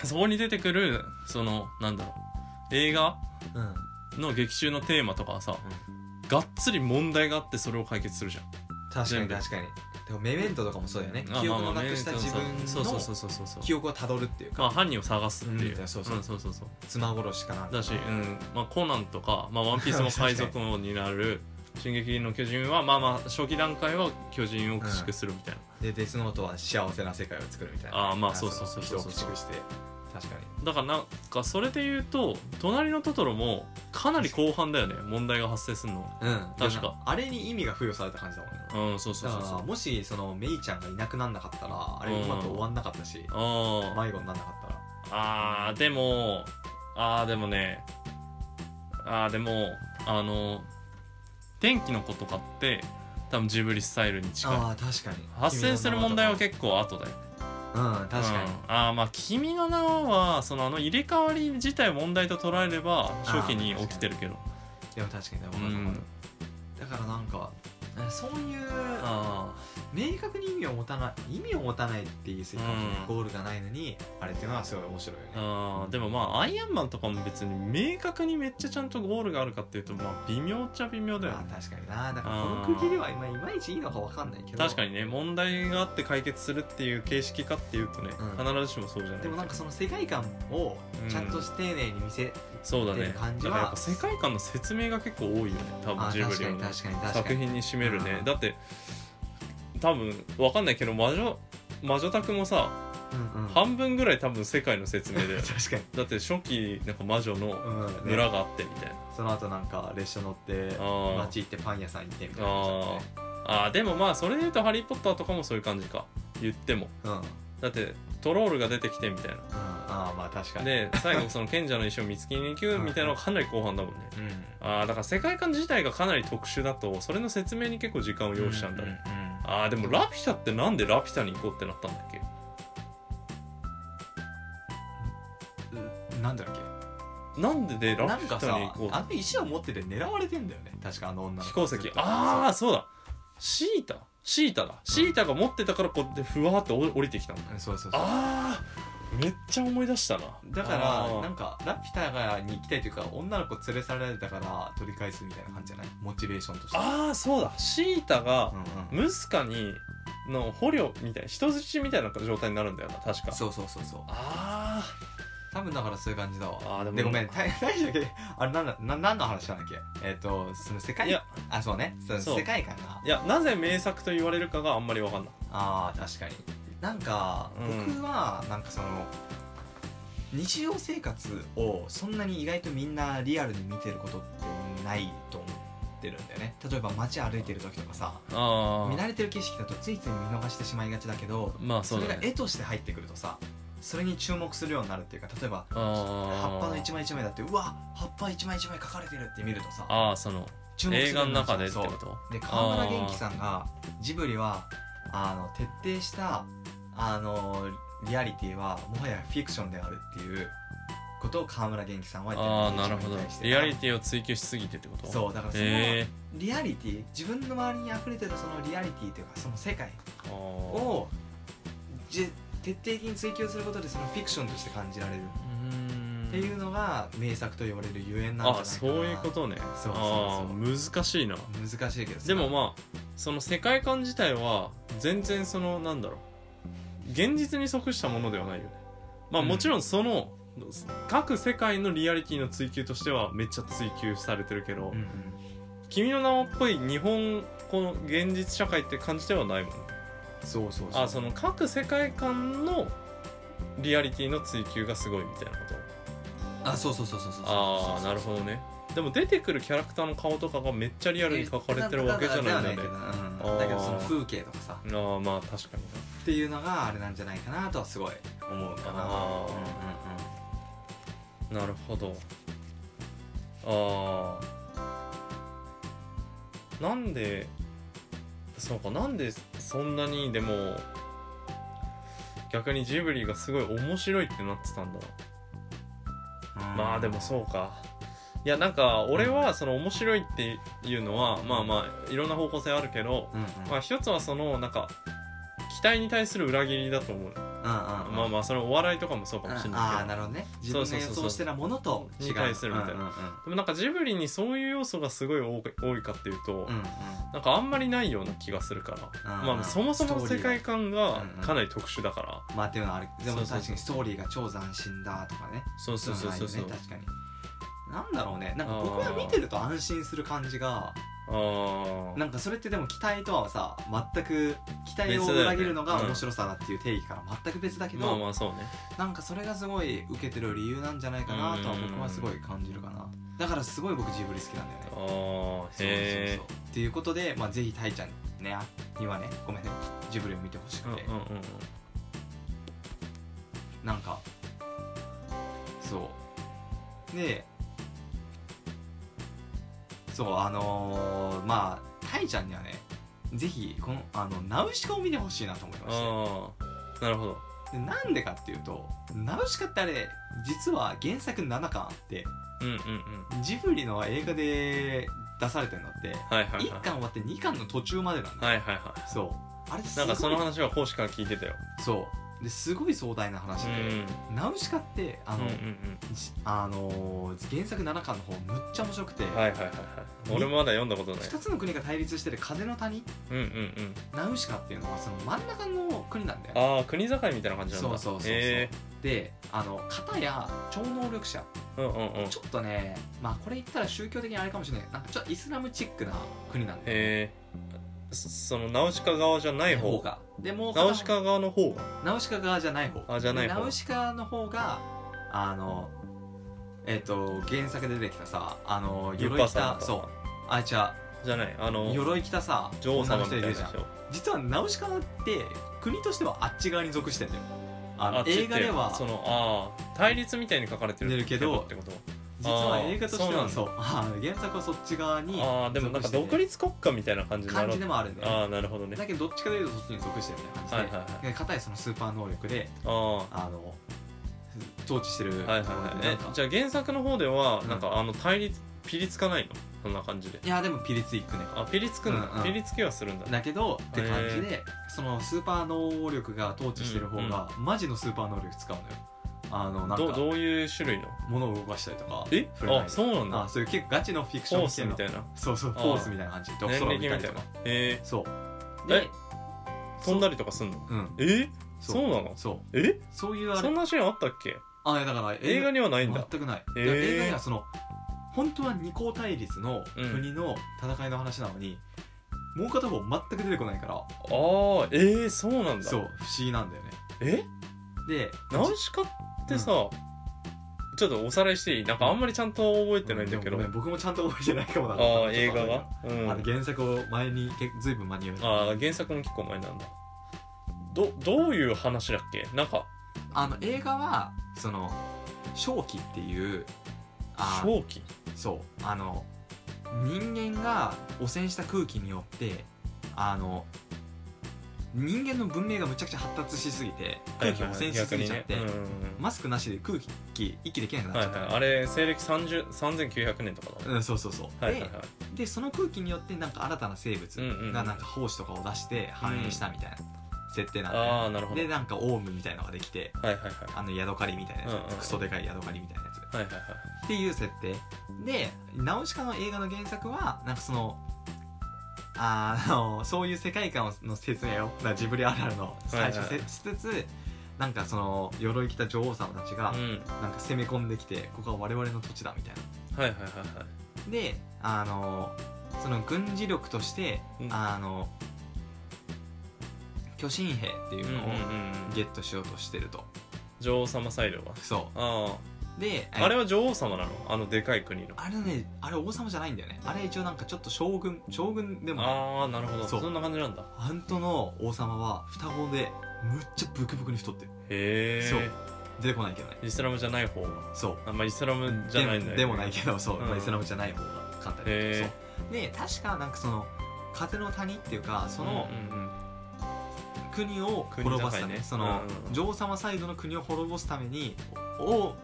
[SPEAKER 2] そこに出てくるそのなんだろう映画
[SPEAKER 1] うん
[SPEAKER 2] の劇中のテーマとかはさ、がっつり問題があってそれを解決するじゃん
[SPEAKER 1] 確か
[SPEAKER 2] 全
[SPEAKER 1] に
[SPEAKER 2] 部
[SPEAKER 1] 確かにでもメメントとかもそうだよね
[SPEAKER 2] あ
[SPEAKER 1] 記憶
[SPEAKER 2] まあ
[SPEAKER 1] の
[SPEAKER 2] まあ
[SPEAKER 1] なくした
[SPEAKER 2] メン
[SPEAKER 1] 自
[SPEAKER 2] ト
[SPEAKER 1] 分
[SPEAKER 2] そうそうそう
[SPEAKER 1] の
[SPEAKER 2] そうそうそう
[SPEAKER 1] 記憶をたどるっていう
[SPEAKER 2] まあ
[SPEAKER 1] か
[SPEAKER 2] 犯人を探すっていう、
[SPEAKER 1] うんそうそう
[SPEAKER 2] うんそうそうそう
[SPEAKER 1] 妻殺しかなんか
[SPEAKER 2] だし、うんまあ、コナンとか、まあ、ワンピースも海賊王になる「進撃の巨人は」まあまあ初期段階は巨人を駆逐するみたいな、
[SPEAKER 1] でデスノートは幸せな世界を作るみたいな
[SPEAKER 2] あーまあそうそうそうそう
[SPEAKER 1] 人を駆逐して確かに
[SPEAKER 2] だからなんかそれで言うと「隣のトトロ」もかなり後半だよね問題が発生するの
[SPEAKER 1] うん
[SPEAKER 2] 確か
[SPEAKER 1] でもあれに意味が付与された感じだもんね
[SPEAKER 2] うんそうそ
[SPEAKER 1] だ
[SPEAKER 2] うそ
[SPEAKER 1] か
[SPEAKER 2] うそう
[SPEAKER 1] らもしそのメイちゃんがいなくなんなかったらあれうまく終わんなかったし
[SPEAKER 2] あー
[SPEAKER 1] 迷子になんなかったら
[SPEAKER 2] あーでもあーでもねあーでもあの天気の子とかって多分ジブリスタイルに近い
[SPEAKER 1] ああ確かに
[SPEAKER 2] 発生する問題は
[SPEAKER 1] 君
[SPEAKER 2] 結構後だよ
[SPEAKER 1] の名はとかうん確か
[SPEAKER 2] う
[SPEAKER 1] に
[SPEAKER 2] んああまあ「君の名は」そのあの入れ替わり自体を問題と捉えれば初期に起きてるけど
[SPEAKER 1] でも確かにねわか
[SPEAKER 2] う
[SPEAKER 1] るわかる
[SPEAKER 2] ん
[SPEAKER 1] だからなんかなんかそういう
[SPEAKER 2] あ
[SPEAKER 1] 明確に意味を持たない意味を持たないって言い過ぎかもしれない
[SPEAKER 2] うん
[SPEAKER 1] ゴールがないのにあれっていうのはすごい面白いよね
[SPEAKER 2] ーあーでもまあアイアンマンとかも別に明確にめっちゃちゃんとゴールがあるかっていうとまあ微妙っちゃ微妙だよ
[SPEAKER 1] ま
[SPEAKER 2] ね
[SPEAKER 1] あ確かになだからこの区切りは今いまいちいいのかわかんないけど
[SPEAKER 2] 確かにね問題があって解決するっていう形式かっていうとね、
[SPEAKER 1] うん
[SPEAKER 2] 必ずしもそうじゃない
[SPEAKER 1] でもなんかその世界観をちゃんとして丁寧に見せ、
[SPEAKER 2] そうだ
[SPEAKER 1] 出
[SPEAKER 2] ね
[SPEAKER 1] る感じ
[SPEAKER 2] だ
[SPEAKER 1] は
[SPEAKER 2] からやっぱ世界観の説明が結構多いよね多分
[SPEAKER 1] あ
[SPEAKER 2] ジブ
[SPEAKER 1] 確か
[SPEAKER 2] リ
[SPEAKER 1] に
[SPEAKER 2] の
[SPEAKER 1] 確かに確か
[SPEAKER 2] 作
[SPEAKER 1] に
[SPEAKER 2] 品に占めるね
[SPEAKER 1] うん
[SPEAKER 2] だって多分わかんないけど魔女魔女宅もさ、
[SPEAKER 1] うんうん、
[SPEAKER 2] 半分ぐらい多分世界の説明 だよ
[SPEAKER 1] 確かに、
[SPEAKER 2] だって初期なんか魔女の
[SPEAKER 1] うんね
[SPEAKER 2] 村があってみたいな、
[SPEAKER 1] その後なんか列車乗って
[SPEAKER 2] あー
[SPEAKER 1] 街行ってパン屋さん行ってみたいな
[SPEAKER 2] あーあーでもまあそれで言うと「ハリー・ポッター」とかもそういう感じか言っても
[SPEAKER 1] うん、うん、あ
[SPEAKER 2] だってトロールが出てきてみたいな
[SPEAKER 1] あーまあ確かに
[SPEAKER 2] で最後その賢者の石を見つけに行くみたいなのがかなり後半だもんね
[SPEAKER 1] うん
[SPEAKER 2] ああだから世界観自体がかなり特殊だとそれの説明に結構時間を要したんだね、
[SPEAKER 1] ううん
[SPEAKER 2] ああでもラピュタってなんでラピュタに行こうってなったんだっけ
[SPEAKER 1] うんなんだっけ
[SPEAKER 2] なんでで
[SPEAKER 1] な
[SPEAKER 2] ラ
[SPEAKER 1] ん
[SPEAKER 2] ピ
[SPEAKER 1] か
[SPEAKER 2] ュタ
[SPEAKER 1] さ
[SPEAKER 2] に行こう
[SPEAKER 1] あの石を持ってて狙われてんだよね確かあの女の
[SPEAKER 2] 飛行石ああそうだシータシータだシータが持ってたからこうやってふわーってお降りてきたんだ
[SPEAKER 1] あそうそうそう
[SPEAKER 2] ああめっちゃ思い出したな
[SPEAKER 1] だか
[SPEAKER 2] あ
[SPEAKER 1] ら
[SPEAKER 2] ー
[SPEAKER 1] なんかラピュタがに行きたいというか女の子連れ去られたから取り返すみたいな感じじゃないモチベーションとして
[SPEAKER 2] あーそうだシータが
[SPEAKER 1] うんうん
[SPEAKER 2] ムスカにの捕虜みたいな人質みたいな状態になるんだよな確か
[SPEAKER 1] そうそうそうそう
[SPEAKER 2] あ
[SPEAKER 1] 多分だからそういう感じだわ
[SPEAKER 2] あーでも
[SPEAKER 1] でごめん大大丈夫だっけあれなんだな何の話なんだっけえっ、とその世
[SPEAKER 2] あい
[SPEAKER 1] 界
[SPEAKER 2] や
[SPEAKER 1] あそうねその
[SPEAKER 2] そう
[SPEAKER 1] 世界観が
[SPEAKER 2] いやなぜ名作と言われるかがあんまり分かんない
[SPEAKER 1] あー確かになんか、
[SPEAKER 2] うん
[SPEAKER 1] 僕はなんかその日常生活をそんなに意外とみんなリアルに見てることってないと思ってるんだよね例えば街歩いてる時とかさ
[SPEAKER 2] あ
[SPEAKER 1] 見慣れてる景色だとついつい見逃してしまいがちだけど
[SPEAKER 2] まあ
[SPEAKER 1] そ
[SPEAKER 2] そう
[SPEAKER 1] れ
[SPEAKER 2] だ
[SPEAKER 1] が
[SPEAKER 2] ね
[SPEAKER 1] 絵として入ってくるとさそれに注目するようになるっていうか例えば葉
[SPEAKER 2] 葉
[SPEAKER 1] っぱの一枚一枚だってうわ葉っぱ一枚一枚描かれてるって見るとさ
[SPEAKER 2] ああその
[SPEAKER 1] 注目する
[SPEAKER 2] 映画の中でって
[SPEAKER 1] そう
[SPEAKER 2] こと
[SPEAKER 1] で川村元気さんがジブリはあの徹底したあのリアリティはもはやフィクションであるっていうことを川村元気さんは
[SPEAKER 2] ああなるほどリアリ
[SPEAKER 1] ィ
[SPEAKER 2] ティを追求しすぎてってこと
[SPEAKER 1] そうだからその
[SPEAKER 2] へえ
[SPEAKER 1] リアリティ自分の周りに溢れてるそのリアリティというかその世界
[SPEAKER 2] あー
[SPEAKER 1] をじ徹底的に追求することでそのフィクションとして感じられる
[SPEAKER 2] うーん
[SPEAKER 1] っていうのが名作と言われるゆえんなんじゃないかな
[SPEAKER 2] あそういうことね
[SPEAKER 1] そうそうそう
[SPEAKER 2] あー難しいな
[SPEAKER 1] 難しいけどさ
[SPEAKER 2] でもまあその世界観自体は全然そのなんだろう現実に即したものではないよねま
[SPEAKER 1] う
[SPEAKER 2] あ
[SPEAKER 1] ん
[SPEAKER 2] もちろんその、各世界のリアリティの追求としてはめっちゃ追求されてるけど、
[SPEAKER 1] うんうん
[SPEAKER 2] 君の名はっぽい日本この現実社会って感じではないもんね
[SPEAKER 1] そうそうそう
[SPEAKER 2] あその各世界観のリアリティの追求がすごいみたいなこと
[SPEAKER 1] あそうそうそうそうそう
[SPEAKER 2] ああなる
[SPEAKER 1] ど
[SPEAKER 2] ほどねでも出てくるキャラクターの顔とかがめっちゃリアルに描かれてるわけじゃないんだね
[SPEAKER 1] だ,、
[SPEAKER 2] あー
[SPEAKER 1] だけどその風景とかさ
[SPEAKER 2] ああまあ確かに
[SPEAKER 1] っていうのがあれなんじゃないかなとはすごい思うかな
[SPEAKER 2] あー
[SPEAKER 1] うんうんうん
[SPEAKER 2] ななるほどああなんでそうかなんでそんなにでも逆にジブリがすごい面白いってなってたんだろうまあでもそうかいやなんか俺はその面白いっていうのはまあまあいろんな方向性あるけど
[SPEAKER 1] うんうん
[SPEAKER 2] まあ一つはそのなんか期待に対する裏切りだと思
[SPEAKER 1] うんうんう
[SPEAKER 2] う
[SPEAKER 1] ん
[SPEAKER 2] まあまあそれお笑いとかもそうかもしれ
[SPEAKER 1] あ
[SPEAKER 2] な
[SPEAKER 1] あー
[SPEAKER 2] いけど
[SPEAKER 1] なるほどね自
[SPEAKER 2] そう
[SPEAKER 1] 分
[SPEAKER 2] そ
[SPEAKER 1] の
[SPEAKER 2] う
[SPEAKER 1] 予
[SPEAKER 2] そうそう
[SPEAKER 1] 想してたものと違う
[SPEAKER 2] に対するみたいな
[SPEAKER 1] うんうん
[SPEAKER 2] でもなんかジブリにそういう要素がすごい多く多いかっていうと
[SPEAKER 1] うんうん
[SPEAKER 2] なんかあんまりないような気がするから
[SPEAKER 1] うん
[SPEAKER 2] まあそもそも世界観が
[SPEAKER 1] うんうん
[SPEAKER 2] かなり特殊だから
[SPEAKER 1] まあっていうのはあるでも
[SPEAKER 2] そうそうそう
[SPEAKER 1] 確かにストーリーが超斬新だとかね
[SPEAKER 2] そうそうそうそうそう
[SPEAKER 1] のはあるよね確かになんだろうねなんか僕が見てると安心する感じが
[SPEAKER 2] あ
[SPEAKER 1] なんかそれってでも期待とはさ全く期待を
[SPEAKER 2] 別だよね
[SPEAKER 1] 裏切るのが
[SPEAKER 2] うん
[SPEAKER 1] 面白さだっていう定義から全く別だ
[SPEAKER 2] あ
[SPEAKER 1] けど、
[SPEAKER 2] まあまあそうね
[SPEAKER 1] なんかそれがすごい受けてる理由なんじゃないかなとは
[SPEAKER 2] うん
[SPEAKER 1] 僕はすごい感じるかなだからすごい僕ジブリ好きなんだよね
[SPEAKER 2] ああ
[SPEAKER 1] そう
[SPEAKER 2] へえ
[SPEAKER 1] そうそうっていうことで、まあ、ぜひたいちゃんねにはねごめんねジブリを見てほし
[SPEAKER 2] う
[SPEAKER 1] く
[SPEAKER 2] んうん
[SPEAKER 1] て、
[SPEAKER 2] うんうん
[SPEAKER 1] なんかそうでそうあのーまあたいちゃんにはねぜひこのあのナウシカを見てほしいなと思いまし
[SPEAKER 2] ああなるほど
[SPEAKER 1] てでなんでかっていうとナウシカってあれ実は原作7巻あって
[SPEAKER 2] うんうんうん
[SPEAKER 1] ジブリの映画で出されてるのって
[SPEAKER 2] はいはいはい
[SPEAKER 1] 1巻終わって2巻の途中までなんだよ、
[SPEAKER 2] はいはいは
[SPEAKER 1] そうあれ
[SPEAKER 2] い
[SPEAKER 1] す
[SPEAKER 2] な
[SPEAKER 1] ごい
[SPEAKER 2] んかその話は講師から聞いてたよ
[SPEAKER 1] そうですごい壮大な話
[SPEAKER 2] う
[SPEAKER 1] で、
[SPEAKER 2] ん
[SPEAKER 1] ナウシカってあ
[SPEAKER 2] うん
[SPEAKER 1] の、
[SPEAKER 2] うん
[SPEAKER 1] じあのー原作7巻の方むっちゃ面白くて、
[SPEAKER 2] うんはいはいはいはい俺もまだ読んだことない
[SPEAKER 1] 2つの国が対立してる風の谷
[SPEAKER 2] うんうんうん
[SPEAKER 1] ナウシカっていうのはその真ん中の国なんだよ
[SPEAKER 2] ああ国境みたいな感じなんだ
[SPEAKER 1] そうそうそうそう
[SPEAKER 2] え
[SPEAKER 1] であの片や超能力者
[SPEAKER 2] ーうんうんうん
[SPEAKER 1] ちょっとねまあこれ言ったら宗教的にあれかもしれないなんかちょっとイスラムチックな国なんだよ
[SPEAKER 2] えー、そそのナウシカ側じゃない
[SPEAKER 1] 方
[SPEAKER 2] 方
[SPEAKER 1] がでもう
[SPEAKER 2] ナウシカ側の方が
[SPEAKER 1] ナウシカ側じゃない方
[SPEAKER 2] あじゃない方
[SPEAKER 1] でナウシカの方があのえっ、と原作で出てきたさあの
[SPEAKER 2] ユッ
[SPEAKER 1] 鎧
[SPEAKER 2] パ
[SPEAKER 1] 着
[SPEAKER 2] さん
[SPEAKER 1] た
[SPEAKER 2] と
[SPEAKER 1] そうあ違う
[SPEAKER 2] じゃないあの
[SPEAKER 1] 鎧着たさ
[SPEAKER 2] 女王
[SPEAKER 1] 女の
[SPEAKER 2] 様み
[SPEAKER 1] 人い
[SPEAKER 2] たいな
[SPEAKER 1] るじ
[SPEAKER 2] 人
[SPEAKER 1] ゃん実はナウシカって国としてはあっち側に属してんだよあの
[SPEAKER 2] あっちって
[SPEAKER 1] 映画では
[SPEAKER 2] そのああ対立みたいに書かれてる
[SPEAKER 1] 出るけど
[SPEAKER 2] ってこと
[SPEAKER 1] 実は映画として
[SPEAKER 2] あ
[SPEAKER 1] は
[SPEAKER 2] ー
[SPEAKER 1] そうあー原作はそっち側に
[SPEAKER 2] ああでもなんか独
[SPEAKER 1] 立
[SPEAKER 2] 立国家みたいな感じにな
[SPEAKER 1] 感
[SPEAKER 2] る
[SPEAKER 1] じでもあるんだよね
[SPEAKER 2] ああなるほどね
[SPEAKER 1] だけどどっちかというとそっちに属してるみたいな
[SPEAKER 2] はい
[SPEAKER 1] 感
[SPEAKER 2] はい
[SPEAKER 1] じで
[SPEAKER 2] はい
[SPEAKER 1] で片やそのスーパー能力で
[SPEAKER 2] あ
[SPEAKER 1] あの統治してる
[SPEAKER 2] あはいはいはいえじゃあ原作の方ではなんかあの対立ピリつかないのそんな感じで
[SPEAKER 1] いやでもピリついくね
[SPEAKER 2] あピリつくんだ、
[SPEAKER 1] うんうん
[SPEAKER 2] ピリつきはするんだ
[SPEAKER 1] だけどって感じ
[SPEAKER 2] へ
[SPEAKER 1] でそのスーパー能力が統治してる方がマジのスーパー能力使うのよあのなん
[SPEAKER 2] ど
[SPEAKER 1] か
[SPEAKER 2] どういう種類の
[SPEAKER 1] 物を動かしたりとか
[SPEAKER 2] え
[SPEAKER 1] 触れない
[SPEAKER 2] あそうなん
[SPEAKER 1] あ
[SPEAKER 2] だ
[SPEAKER 1] そういう結構ガチのフィクシ
[SPEAKER 2] フ
[SPEAKER 1] ョン
[SPEAKER 2] ォースみた
[SPEAKER 1] いない
[SPEAKER 2] な
[SPEAKER 1] そうそうフ
[SPEAKER 2] あー
[SPEAKER 1] ォースみたいな感じで
[SPEAKER 2] 年
[SPEAKER 1] 空を
[SPEAKER 2] 齢
[SPEAKER 1] 見
[SPEAKER 2] み
[SPEAKER 1] た
[SPEAKER 2] たい
[SPEAKER 1] りと
[SPEAKER 2] な
[SPEAKER 1] か
[SPEAKER 2] え
[SPEAKER 1] そう
[SPEAKER 2] えー、飛んだ
[SPEAKER 1] り
[SPEAKER 2] りとかすんの
[SPEAKER 1] うん
[SPEAKER 2] えー、そうなの
[SPEAKER 1] そう
[SPEAKER 2] え
[SPEAKER 1] そういうあ
[SPEAKER 2] そ
[SPEAKER 1] れ
[SPEAKER 2] んなシーンあったっけ
[SPEAKER 1] あいやだから
[SPEAKER 2] 映画にはないんだ
[SPEAKER 1] 全くない、
[SPEAKER 2] へ
[SPEAKER 1] だ
[SPEAKER 2] ー
[SPEAKER 1] から映画にはその本当は二項対立の
[SPEAKER 2] うん
[SPEAKER 1] 国の戦いの話なのに、もう片方全く出てこないから
[SPEAKER 2] ああえー、そうなんだ
[SPEAKER 1] そう不思議なんだよね
[SPEAKER 2] え
[SPEAKER 1] で
[SPEAKER 2] ナウシカってさ、ちょっとおさらいしていいなんかあんまりちゃんと覚えてないんだけど、
[SPEAKER 1] うでもごめん僕もちゃんと覚えてないかもな
[SPEAKER 2] ああ映画が、うん、
[SPEAKER 1] あの原作を前にけずいぶん間に合う
[SPEAKER 2] ああ原作も結構前なんだどどういう話だっけなんか
[SPEAKER 1] あの映画はその正気っていうあ
[SPEAKER 2] 正気
[SPEAKER 1] そうあの人間が汚染した空気によってあの人間の文明がむちゃくちゃ発達しすぎて空気を汚染しすぎちゃって、
[SPEAKER 2] はいはい逆にね
[SPEAKER 1] マスクなしで空気息できなく
[SPEAKER 2] うん
[SPEAKER 1] な
[SPEAKER 2] は
[SPEAKER 1] っ
[SPEAKER 2] い
[SPEAKER 1] ちゃった、
[SPEAKER 2] はい、あれ西暦30 3900年とか
[SPEAKER 1] うん、そうそうそう、
[SPEAKER 2] だはいはいはい
[SPEAKER 1] ででその空気によってなんか新たな生物
[SPEAKER 2] うんうんうん
[SPEAKER 1] がなんか胞子とかを出して繁栄したみたいな設定なんで、
[SPEAKER 2] ああなるほど
[SPEAKER 1] で
[SPEAKER 2] はい
[SPEAKER 1] なんかオウムみたいなのができて
[SPEAKER 2] はいはい
[SPEAKER 1] あのヤドカリみたいなやつ、
[SPEAKER 2] うんうん
[SPEAKER 1] クソでかいヤドカリみたいなやつ
[SPEAKER 2] はいはいはい
[SPEAKER 1] っていう設定でナウシカの映画の原作はなんかそのあーあのそういう世界観の説明をなジブリあるあるの最初
[SPEAKER 2] はいはい
[SPEAKER 1] しつつなんかその鎧着た女王様たちが
[SPEAKER 2] うん
[SPEAKER 1] なんか攻め込んできてここは我々の土地だみたいな
[SPEAKER 2] はいはいはいはい
[SPEAKER 1] であのその軍事力として
[SPEAKER 2] うん
[SPEAKER 1] あの巨神兵っていう
[SPEAKER 2] うんう
[SPEAKER 1] のを
[SPEAKER 2] んうん
[SPEAKER 1] ゲットしようとしてると
[SPEAKER 2] 女王様サイドは
[SPEAKER 1] そ
[SPEAKER 2] あ
[SPEAKER 1] うで
[SPEAKER 2] ああれは女王様なのあのでかい国の
[SPEAKER 1] あれねあれ王様じゃないんだよねあれ一応なんかちょっと将軍将軍でもない
[SPEAKER 2] ああなるほど
[SPEAKER 1] そ
[SPEAKER 2] そうそんな感じなんだ
[SPEAKER 1] 本当の王様は双子でむっちゃブクブクに太ってる
[SPEAKER 2] へ
[SPEAKER 1] そう
[SPEAKER 2] え
[SPEAKER 1] 出てこないけどね
[SPEAKER 2] イスラムじゃない方が
[SPEAKER 1] そう
[SPEAKER 2] あんまイスラムじゃないんだよ
[SPEAKER 1] で
[SPEAKER 2] ね
[SPEAKER 1] でもないけどそう、
[SPEAKER 2] うん
[SPEAKER 1] まあイスラムじゃない方が簡単に言うと
[SPEAKER 2] へ
[SPEAKER 1] そうで確かなんかその風の谷っていうかその
[SPEAKER 2] うんうんうん
[SPEAKER 1] 国を滅ぼすため、
[SPEAKER 2] 国境ね
[SPEAKER 1] その
[SPEAKER 2] うん
[SPEAKER 1] 女王様サイドの国を滅ぼすためにオウ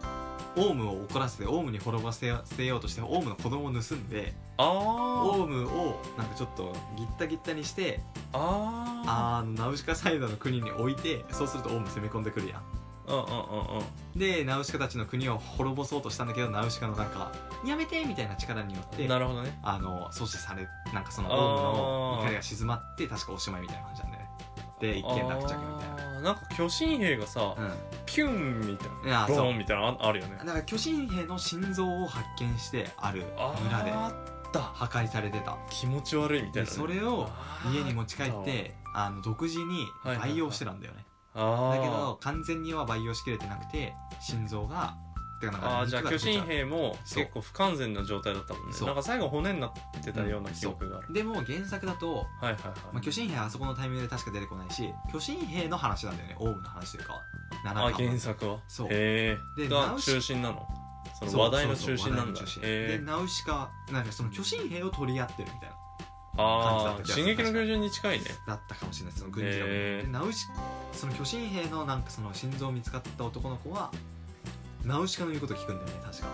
[SPEAKER 1] オウムを怒らせてオウムに滅ぼせよせようとしてオウムの子供を盗んで
[SPEAKER 2] あー
[SPEAKER 1] オウムをなんかちょっとギッタギッタにして
[SPEAKER 2] ああ
[SPEAKER 1] あのナウシカサイドの国に置いてそうするとオウム攻め込んでくるやん
[SPEAKER 2] うんうんうんうん
[SPEAKER 1] でナウシカたちの国を滅ぼそうとしたんだけどナウシカのなんかやめてみたいな力によって
[SPEAKER 2] なるほどね
[SPEAKER 1] あの阻止されなんかその
[SPEAKER 2] あー
[SPEAKER 1] オウムの怒りが静まって確かおしまいみたいな感じなんだよねで一件落着みたいな
[SPEAKER 2] ななんか巨神兵がさ、
[SPEAKER 1] うん
[SPEAKER 2] ピュンみたい
[SPEAKER 1] いや
[SPEAKER 2] な
[SPEAKER 1] そう
[SPEAKER 2] ドーンみたいなのああるよね
[SPEAKER 1] だから巨神兵の心臓を発見してある村で
[SPEAKER 2] あった
[SPEAKER 1] 破壊されてた
[SPEAKER 2] 気持ち悪いみたい
[SPEAKER 1] で
[SPEAKER 2] なね、
[SPEAKER 1] それを家に持ち帰
[SPEAKER 2] あ
[SPEAKER 1] っ
[SPEAKER 2] ー
[SPEAKER 1] てあの独自に培養してたんだよね、
[SPEAKER 2] あ
[SPEAKER 1] だ
[SPEAKER 2] ー
[SPEAKER 1] けど完全には培養しきれてなくて心臓がてかなんか
[SPEAKER 2] あーじゃあ巨
[SPEAKER 1] 肉が出ち
[SPEAKER 2] 神
[SPEAKER 1] う
[SPEAKER 2] 兵も
[SPEAKER 1] そう
[SPEAKER 2] 結構不完全な状態だったもんね
[SPEAKER 1] そう
[SPEAKER 2] なんか最後骨になってたような記憶がある、
[SPEAKER 1] でも原作だと、
[SPEAKER 2] はいはいはい、
[SPEAKER 1] まあ、巨神兵はあそこのタイミングで確か出てこないし巨神兵の話なんだよねオウムの話というか
[SPEAKER 2] あ
[SPEAKER 1] 7
[SPEAKER 2] 原
[SPEAKER 1] 巻
[SPEAKER 2] 作は
[SPEAKER 1] そう
[SPEAKER 2] へ
[SPEAKER 1] で
[SPEAKER 2] え
[SPEAKER 1] ナ
[SPEAKER 2] が
[SPEAKER 1] ウシ
[SPEAKER 2] 中心なのそ
[SPEAKER 1] そう
[SPEAKER 2] の話題の
[SPEAKER 1] そう
[SPEAKER 2] 中
[SPEAKER 1] そう
[SPEAKER 2] 心な
[SPEAKER 1] 話題
[SPEAKER 2] んだ
[SPEAKER 1] の中心で
[SPEAKER 2] へえ
[SPEAKER 1] ナウシカなんかその巨神兵を取り合ってるみたいな
[SPEAKER 2] あ
[SPEAKER 1] 感
[SPEAKER 2] あ
[SPEAKER 1] じだった
[SPEAKER 2] 進
[SPEAKER 1] 気がする
[SPEAKER 2] 撃の巨人に近いね
[SPEAKER 1] だったかもしれないその軍事力
[SPEAKER 2] へ
[SPEAKER 1] で
[SPEAKER 2] ー
[SPEAKER 1] ナウシその巨神兵のなんかその心臓見つかった男の子はナウシカの言うこと聞くんだよね確か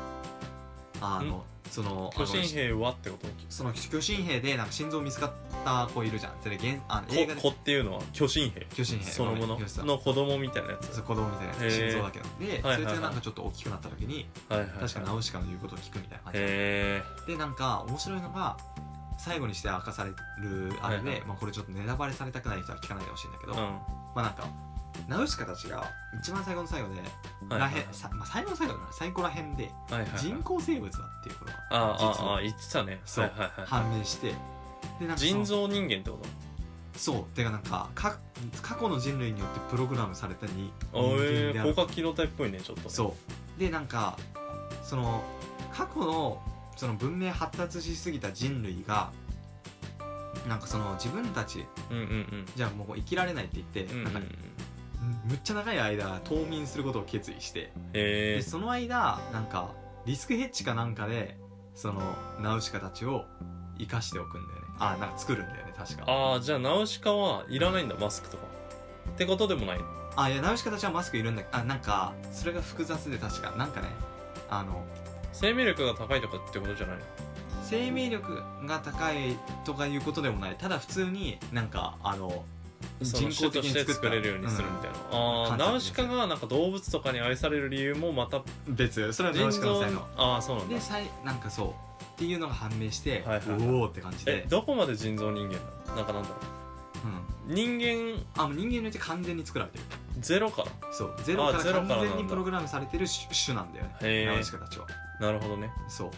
[SPEAKER 1] あのそのあ
[SPEAKER 2] 巨
[SPEAKER 1] の
[SPEAKER 2] 神兵はってこと
[SPEAKER 1] その巨神兵でなんか心臓見つかった子いるじゃんそれ原あの映画
[SPEAKER 2] 子
[SPEAKER 1] で
[SPEAKER 2] 子っていうのは巨神兵
[SPEAKER 1] 巨神兵
[SPEAKER 2] そのもの
[SPEAKER 1] ごめん吉田
[SPEAKER 2] の子供みたいなやつ
[SPEAKER 1] そう子供みたいなやつ
[SPEAKER 2] へー
[SPEAKER 1] 心臓だけどで、
[SPEAKER 2] はいは
[SPEAKER 1] そ
[SPEAKER 2] い
[SPEAKER 1] いつがなんかちょっと大きくなった時に、
[SPEAKER 2] はいはいはい
[SPEAKER 1] 確かナウシカの言うことを聞くみたいな感じ、
[SPEAKER 2] へ
[SPEAKER 1] でなんか面白いのが最後にして明かされるあれで、
[SPEAKER 2] はいはい
[SPEAKER 1] まあ、これちょっとネタバレされたくない人は聞かないでほしいんだけど、
[SPEAKER 2] えうん
[SPEAKER 1] ま
[SPEAKER 2] は
[SPEAKER 1] あなんかナウシカたちが一番最後の最後で、
[SPEAKER 2] いはい
[SPEAKER 1] らへんさまあ、最後の最後だな最後らへんで
[SPEAKER 2] はいはいはい
[SPEAKER 1] 人工生物だっていうことが
[SPEAKER 2] ああ
[SPEAKER 1] 実
[SPEAKER 2] あ
[SPEAKER 1] は
[SPEAKER 2] あ言ってたね
[SPEAKER 1] そう
[SPEAKER 2] はいはいは
[SPEAKER 1] 判明して、でなん
[SPEAKER 2] い
[SPEAKER 1] かその
[SPEAKER 2] 人造人間ってこ
[SPEAKER 1] そうてかなんかか過去の人類によってプログラムされたに
[SPEAKER 2] とあええ
[SPEAKER 1] である
[SPEAKER 2] 高架機動隊っぽいねちょっとね
[SPEAKER 1] そうでなんかその過去のその文明発達しすぎた人類がなんかその自分たち
[SPEAKER 2] うんうんうん
[SPEAKER 1] じゃあもう生きられないって言って、
[SPEAKER 2] うんう
[SPEAKER 1] なんか
[SPEAKER 2] ん
[SPEAKER 1] むっちゃ長い間冬眠することを決意して、
[SPEAKER 2] へ
[SPEAKER 1] で
[SPEAKER 2] え
[SPEAKER 1] その間なんかリスクヘッジかなんかでそのナウシカたちを生かしておくんだよねあなんか作るんだよね確か
[SPEAKER 2] ああじゃあナウシカはいらないんだマスクとかってことでもない
[SPEAKER 1] あいやナウシカたちはマスクいるんだあなんかそれが複雑で確かなんかねあの
[SPEAKER 2] 生命力が高いとかってことじゃないの
[SPEAKER 1] 生命力が高いとかいうことでもないただ普通になんかあの
[SPEAKER 2] その
[SPEAKER 1] 人工
[SPEAKER 2] 種
[SPEAKER 1] 的
[SPEAKER 2] と
[SPEAKER 1] に
[SPEAKER 2] し
[SPEAKER 1] 作
[SPEAKER 2] て
[SPEAKER 1] った
[SPEAKER 2] 作れるようにするみたいな、ああ
[SPEAKER 1] 簡単
[SPEAKER 2] ナ
[SPEAKER 1] に
[SPEAKER 2] ウシカがなんか動物とかに愛される理由もまた
[SPEAKER 1] 別それはナ
[SPEAKER 2] 人
[SPEAKER 1] ウシカの
[SPEAKER 2] 造
[SPEAKER 1] 才能
[SPEAKER 2] ああそうなんだ
[SPEAKER 1] でさいなんかそうっていうのが判明して、
[SPEAKER 2] はいはいはい
[SPEAKER 1] おおって感じ
[SPEAKER 2] え
[SPEAKER 1] で、
[SPEAKER 2] どこまで人造人間なのなんかなんだろう
[SPEAKER 1] うん、
[SPEAKER 2] 人間
[SPEAKER 1] あもう人間によって完全に作られてる
[SPEAKER 2] ゼロか
[SPEAKER 1] そうゼロから
[SPEAKER 2] ゼロか
[SPEAKER 1] 完
[SPEAKER 2] らなんだ
[SPEAKER 1] 全にプログラムされてる種種なんだよ
[SPEAKER 2] へ
[SPEAKER 1] ね
[SPEAKER 2] ー
[SPEAKER 1] ナウシカたちは
[SPEAKER 2] らなるほどね
[SPEAKER 1] そう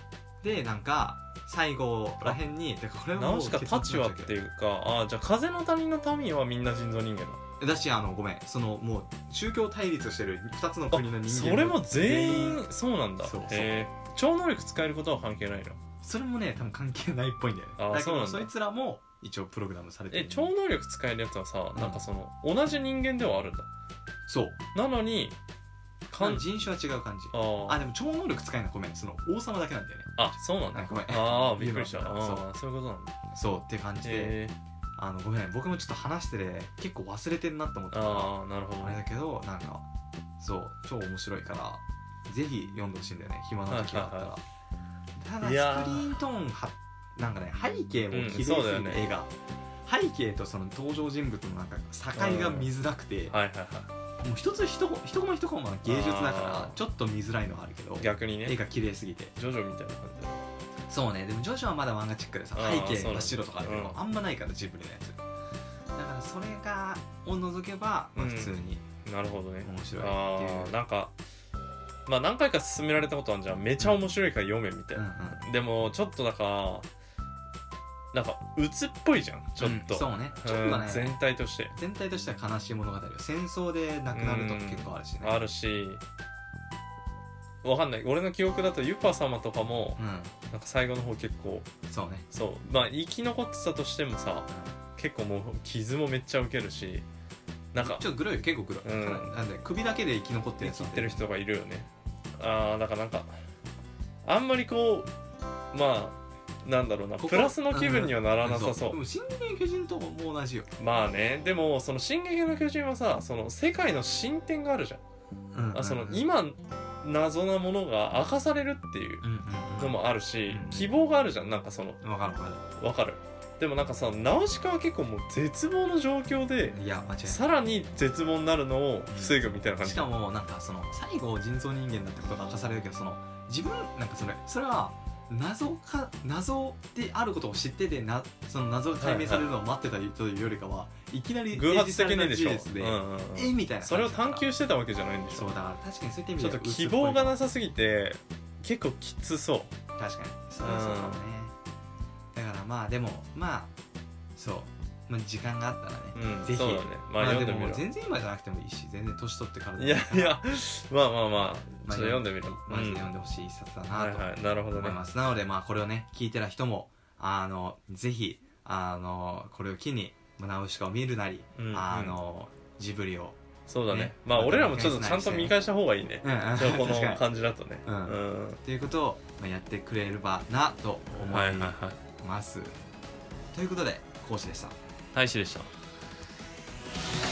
[SPEAKER 1] でなんか最後らへんにでこれは
[SPEAKER 2] ナ
[SPEAKER 1] もう
[SPEAKER 2] ウシカたちはっていうかああじゃあ風の谷の民はみんな人造人間なの
[SPEAKER 1] だしあのごめんそのもう宗教対立してる2つの国の
[SPEAKER 2] あ
[SPEAKER 1] 人
[SPEAKER 2] そ
[SPEAKER 1] 間
[SPEAKER 2] れも全員そうなんだ
[SPEAKER 1] そうそう
[SPEAKER 2] へえ超能力使えることは関係ないの
[SPEAKER 1] それもね多分関係ないっぽいんだよね
[SPEAKER 2] あー
[SPEAKER 1] だけ
[SPEAKER 2] そうなん
[SPEAKER 1] ど
[SPEAKER 2] だ
[SPEAKER 1] そいつらも一応プログラムされてる
[SPEAKER 2] え超能力使えるやつはさなんかその同じ人間ではあるんだ
[SPEAKER 1] そう
[SPEAKER 2] なのにかん
[SPEAKER 1] 人種は違う感じ
[SPEAKER 2] あー
[SPEAKER 1] あでも超能力使えないごめんその王様だけなんだよね
[SPEAKER 2] あそうなんだ
[SPEAKER 1] あごめん
[SPEAKER 2] ああびっくりした
[SPEAKER 1] 言うの忘れた
[SPEAKER 2] ああそういうことなんだ
[SPEAKER 1] そうっていう感じで
[SPEAKER 2] へえ
[SPEAKER 1] あのごめん僕もちょっと話してて結構忘れてんなと思ったから
[SPEAKER 2] ああなるほど
[SPEAKER 1] あれだ
[SPEAKER 2] ね
[SPEAKER 1] けどなんかそう超面白いからぜひ読んでほしいんだよね暇な時があったら、
[SPEAKER 2] は
[SPEAKER 1] た
[SPEAKER 2] いやー
[SPEAKER 1] だスクリーントーンはなんかね背景も綺麗すぎ
[SPEAKER 2] うんそうだよ
[SPEAKER 1] る
[SPEAKER 2] ね
[SPEAKER 1] 絵が、背景とその登場人物のなんか境が見づらくて、
[SPEAKER 2] はいはいは
[SPEAKER 1] もう一つ一コ一コマ一コマが芸術だから
[SPEAKER 2] あー
[SPEAKER 1] ちょっと見づらいのはあるけど
[SPEAKER 2] い逆に
[SPEAKER 1] 絵
[SPEAKER 2] ね
[SPEAKER 1] が綺麗すぎて
[SPEAKER 2] ジョジョみたいな感じだ
[SPEAKER 1] そうねでもジョジョはまだ漫画チックでさ
[SPEAKER 2] あー
[SPEAKER 1] 背
[SPEAKER 2] そ
[SPEAKER 1] 景真
[SPEAKER 2] うなんだ
[SPEAKER 1] っ白とかあるけど、
[SPEAKER 2] うん
[SPEAKER 1] あんまないからジブリのやつだからそれがを除けば、まあ、
[SPEAKER 2] うん
[SPEAKER 1] 普通に
[SPEAKER 2] なるほどね
[SPEAKER 1] 面白いっていう
[SPEAKER 2] ああなんかまあ何回か勧められたことあるじゃんめちゃ面白いから読めみたい
[SPEAKER 1] うんう、
[SPEAKER 2] なんでもちょっとだからなんか鬱っぽいじゃんちょっ
[SPEAKER 1] うん
[SPEAKER 2] と
[SPEAKER 1] そうねちょっと
[SPEAKER 2] うん
[SPEAKER 1] ね
[SPEAKER 2] 全体として
[SPEAKER 1] 全体としては悲しい物語よ戦争で亡くなるとか結構あるしね
[SPEAKER 2] あるしわかんない俺の記憶だとユパ様とかも
[SPEAKER 1] う
[SPEAKER 2] なんか最後の方結
[SPEAKER 1] ん
[SPEAKER 2] 構
[SPEAKER 1] そうね
[SPEAKER 2] そうまあ生き残ってたとしてもさ結構もう傷もめっちゃ受けるしなんか
[SPEAKER 1] ちょっとグロいよ結構グロい、
[SPEAKER 2] うん
[SPEAKER 1] かなりなんで首だけで生き残ってるやつ
[SPEAKER 2] 切
[SPEAKER 1] な
[SPEAKER 2] っ
[SPEAKER 1] ん
[SPEAKER 2] て
[SPEAKER 1] で
[SPEAKER 2] る人がいるよねああだからなんかあんまりこうまあなんだろうな
[SPEAKER 1] ここ
[SPEAKER 2] プラスの気分にはならなさそう
[SPEAKER 1] でも進撃の巨人とも同じよ、
[SPEAKER 2] まあねでもその「進撃の巨人」はさその世界の進展があるじゃん
[SPEAKER 1] うん
[SPEAKER 2] あその
[SPEAKER 1] うんうん
[SPEAKER 2] 今謎なものが明かされるっていう
[SPEAKER 1] うんうんうん
[SPEAKER 2] のもあるし
[SPEAKER 1] うん
[SPEAKER 2] 希望があるじゃんなんかその
[SPEAKER 1] わかるわか
[SPEAKER 2] わかるでもなんかさナウシカは結構もう絶望の状況で
[SPEAKER 1] るいや間違いない
[SPEAKER 2] さらに絶望になるのを防ぐみたいな感じ
[SPEAKER 1] しかもなんかその最後人造人間だってことが明かされるけどその自分なんかそれそれは謎か謎であることを知っててなその謎が解明されるのを待ってたというよりかはいきなり
[SPEAKER 2] 偶発的
[SPEAKER 1] な
[SPEAKER 2] にでしょ、
[SPEAKER 1] で、
[SPEAKER 2] うんうんうん
[SPEAKER 1] えみたいな
[SPEAKER 2] それを探求
[SPEAKER 1] し
[SPEAKER 2] してたわけじゃないんでし
[SPEAKER 1] そう
[SPEAKER 2] ょ
[SPEAKER 1] だから確かにそういった意味
[SPEAKER 2] ちょ
[SPEAKER 1] で
[SPEAKER 2] っ
[SPEAKER 1] は
[SPEAKER 2] と希望が
[SPEAKER 1] う
[SPEAKER 2] なさすぎて結構きつ
[SPEAKER 1] つ
[SPEAKER 2] そ
[SPEAKER 1] っぽい確かにそれはそうだろうねだからまあでもまあそう、まあ、時間があったらね、
[SPEAKER 2] う、うん、
[SPEAKER 1] ぜひ
[SPEAKER 2] そうだねまあ読んでみ
[SPEAKER 1] で
[SPEAKER 2] ろ
[SPEAKER 1] も全然今じゃなくてもいいし全然年取ってからでも
[SPEAKER 2] いやいやまあまあまあ
[SPEAKER 1] まあ
[SPEAKER 2] ちょっと読んでみろ
[SPEAKER 1] マジで読んでほしい一冊だなと、
[SPEAKER 2] はいはいなるほど
[SPEAKER 1] 思
[SPEAKER 2] ね
[SPEAKER 1] います、なのでまあこれをね聞いてた人もあのぜひあのこれを機に「ナウシカ」を見るなり、
[SPEAKER 2] うんうん
[SPEAKER 1] あのジブリを、
[SPEAKER 2] そうだね
[SPEAKER 1] ね
[SPEAKER 2] まあ
[SPEAKER 1] また
[SPEAKER 2] 俺らもちょっとちゃんと見返した方がいい ねじゃあこ
[SPEAKER 1] 確か
[SPEAKER 2] の
[SPEAKER 1] に
[SPEAKER 2] 感じだとね
[SPEAKER 1] うん
[SPEAKER 2] うん
[SPEAKER 1] ということをまあやってくれればなと思
[SPEAKER 2] はい
[SPEAKER 1] い
[SPEAKER 2] はいはい
[SPEAKER 1] ます、ということで講師でした
[SPEAKER 2] 大使でした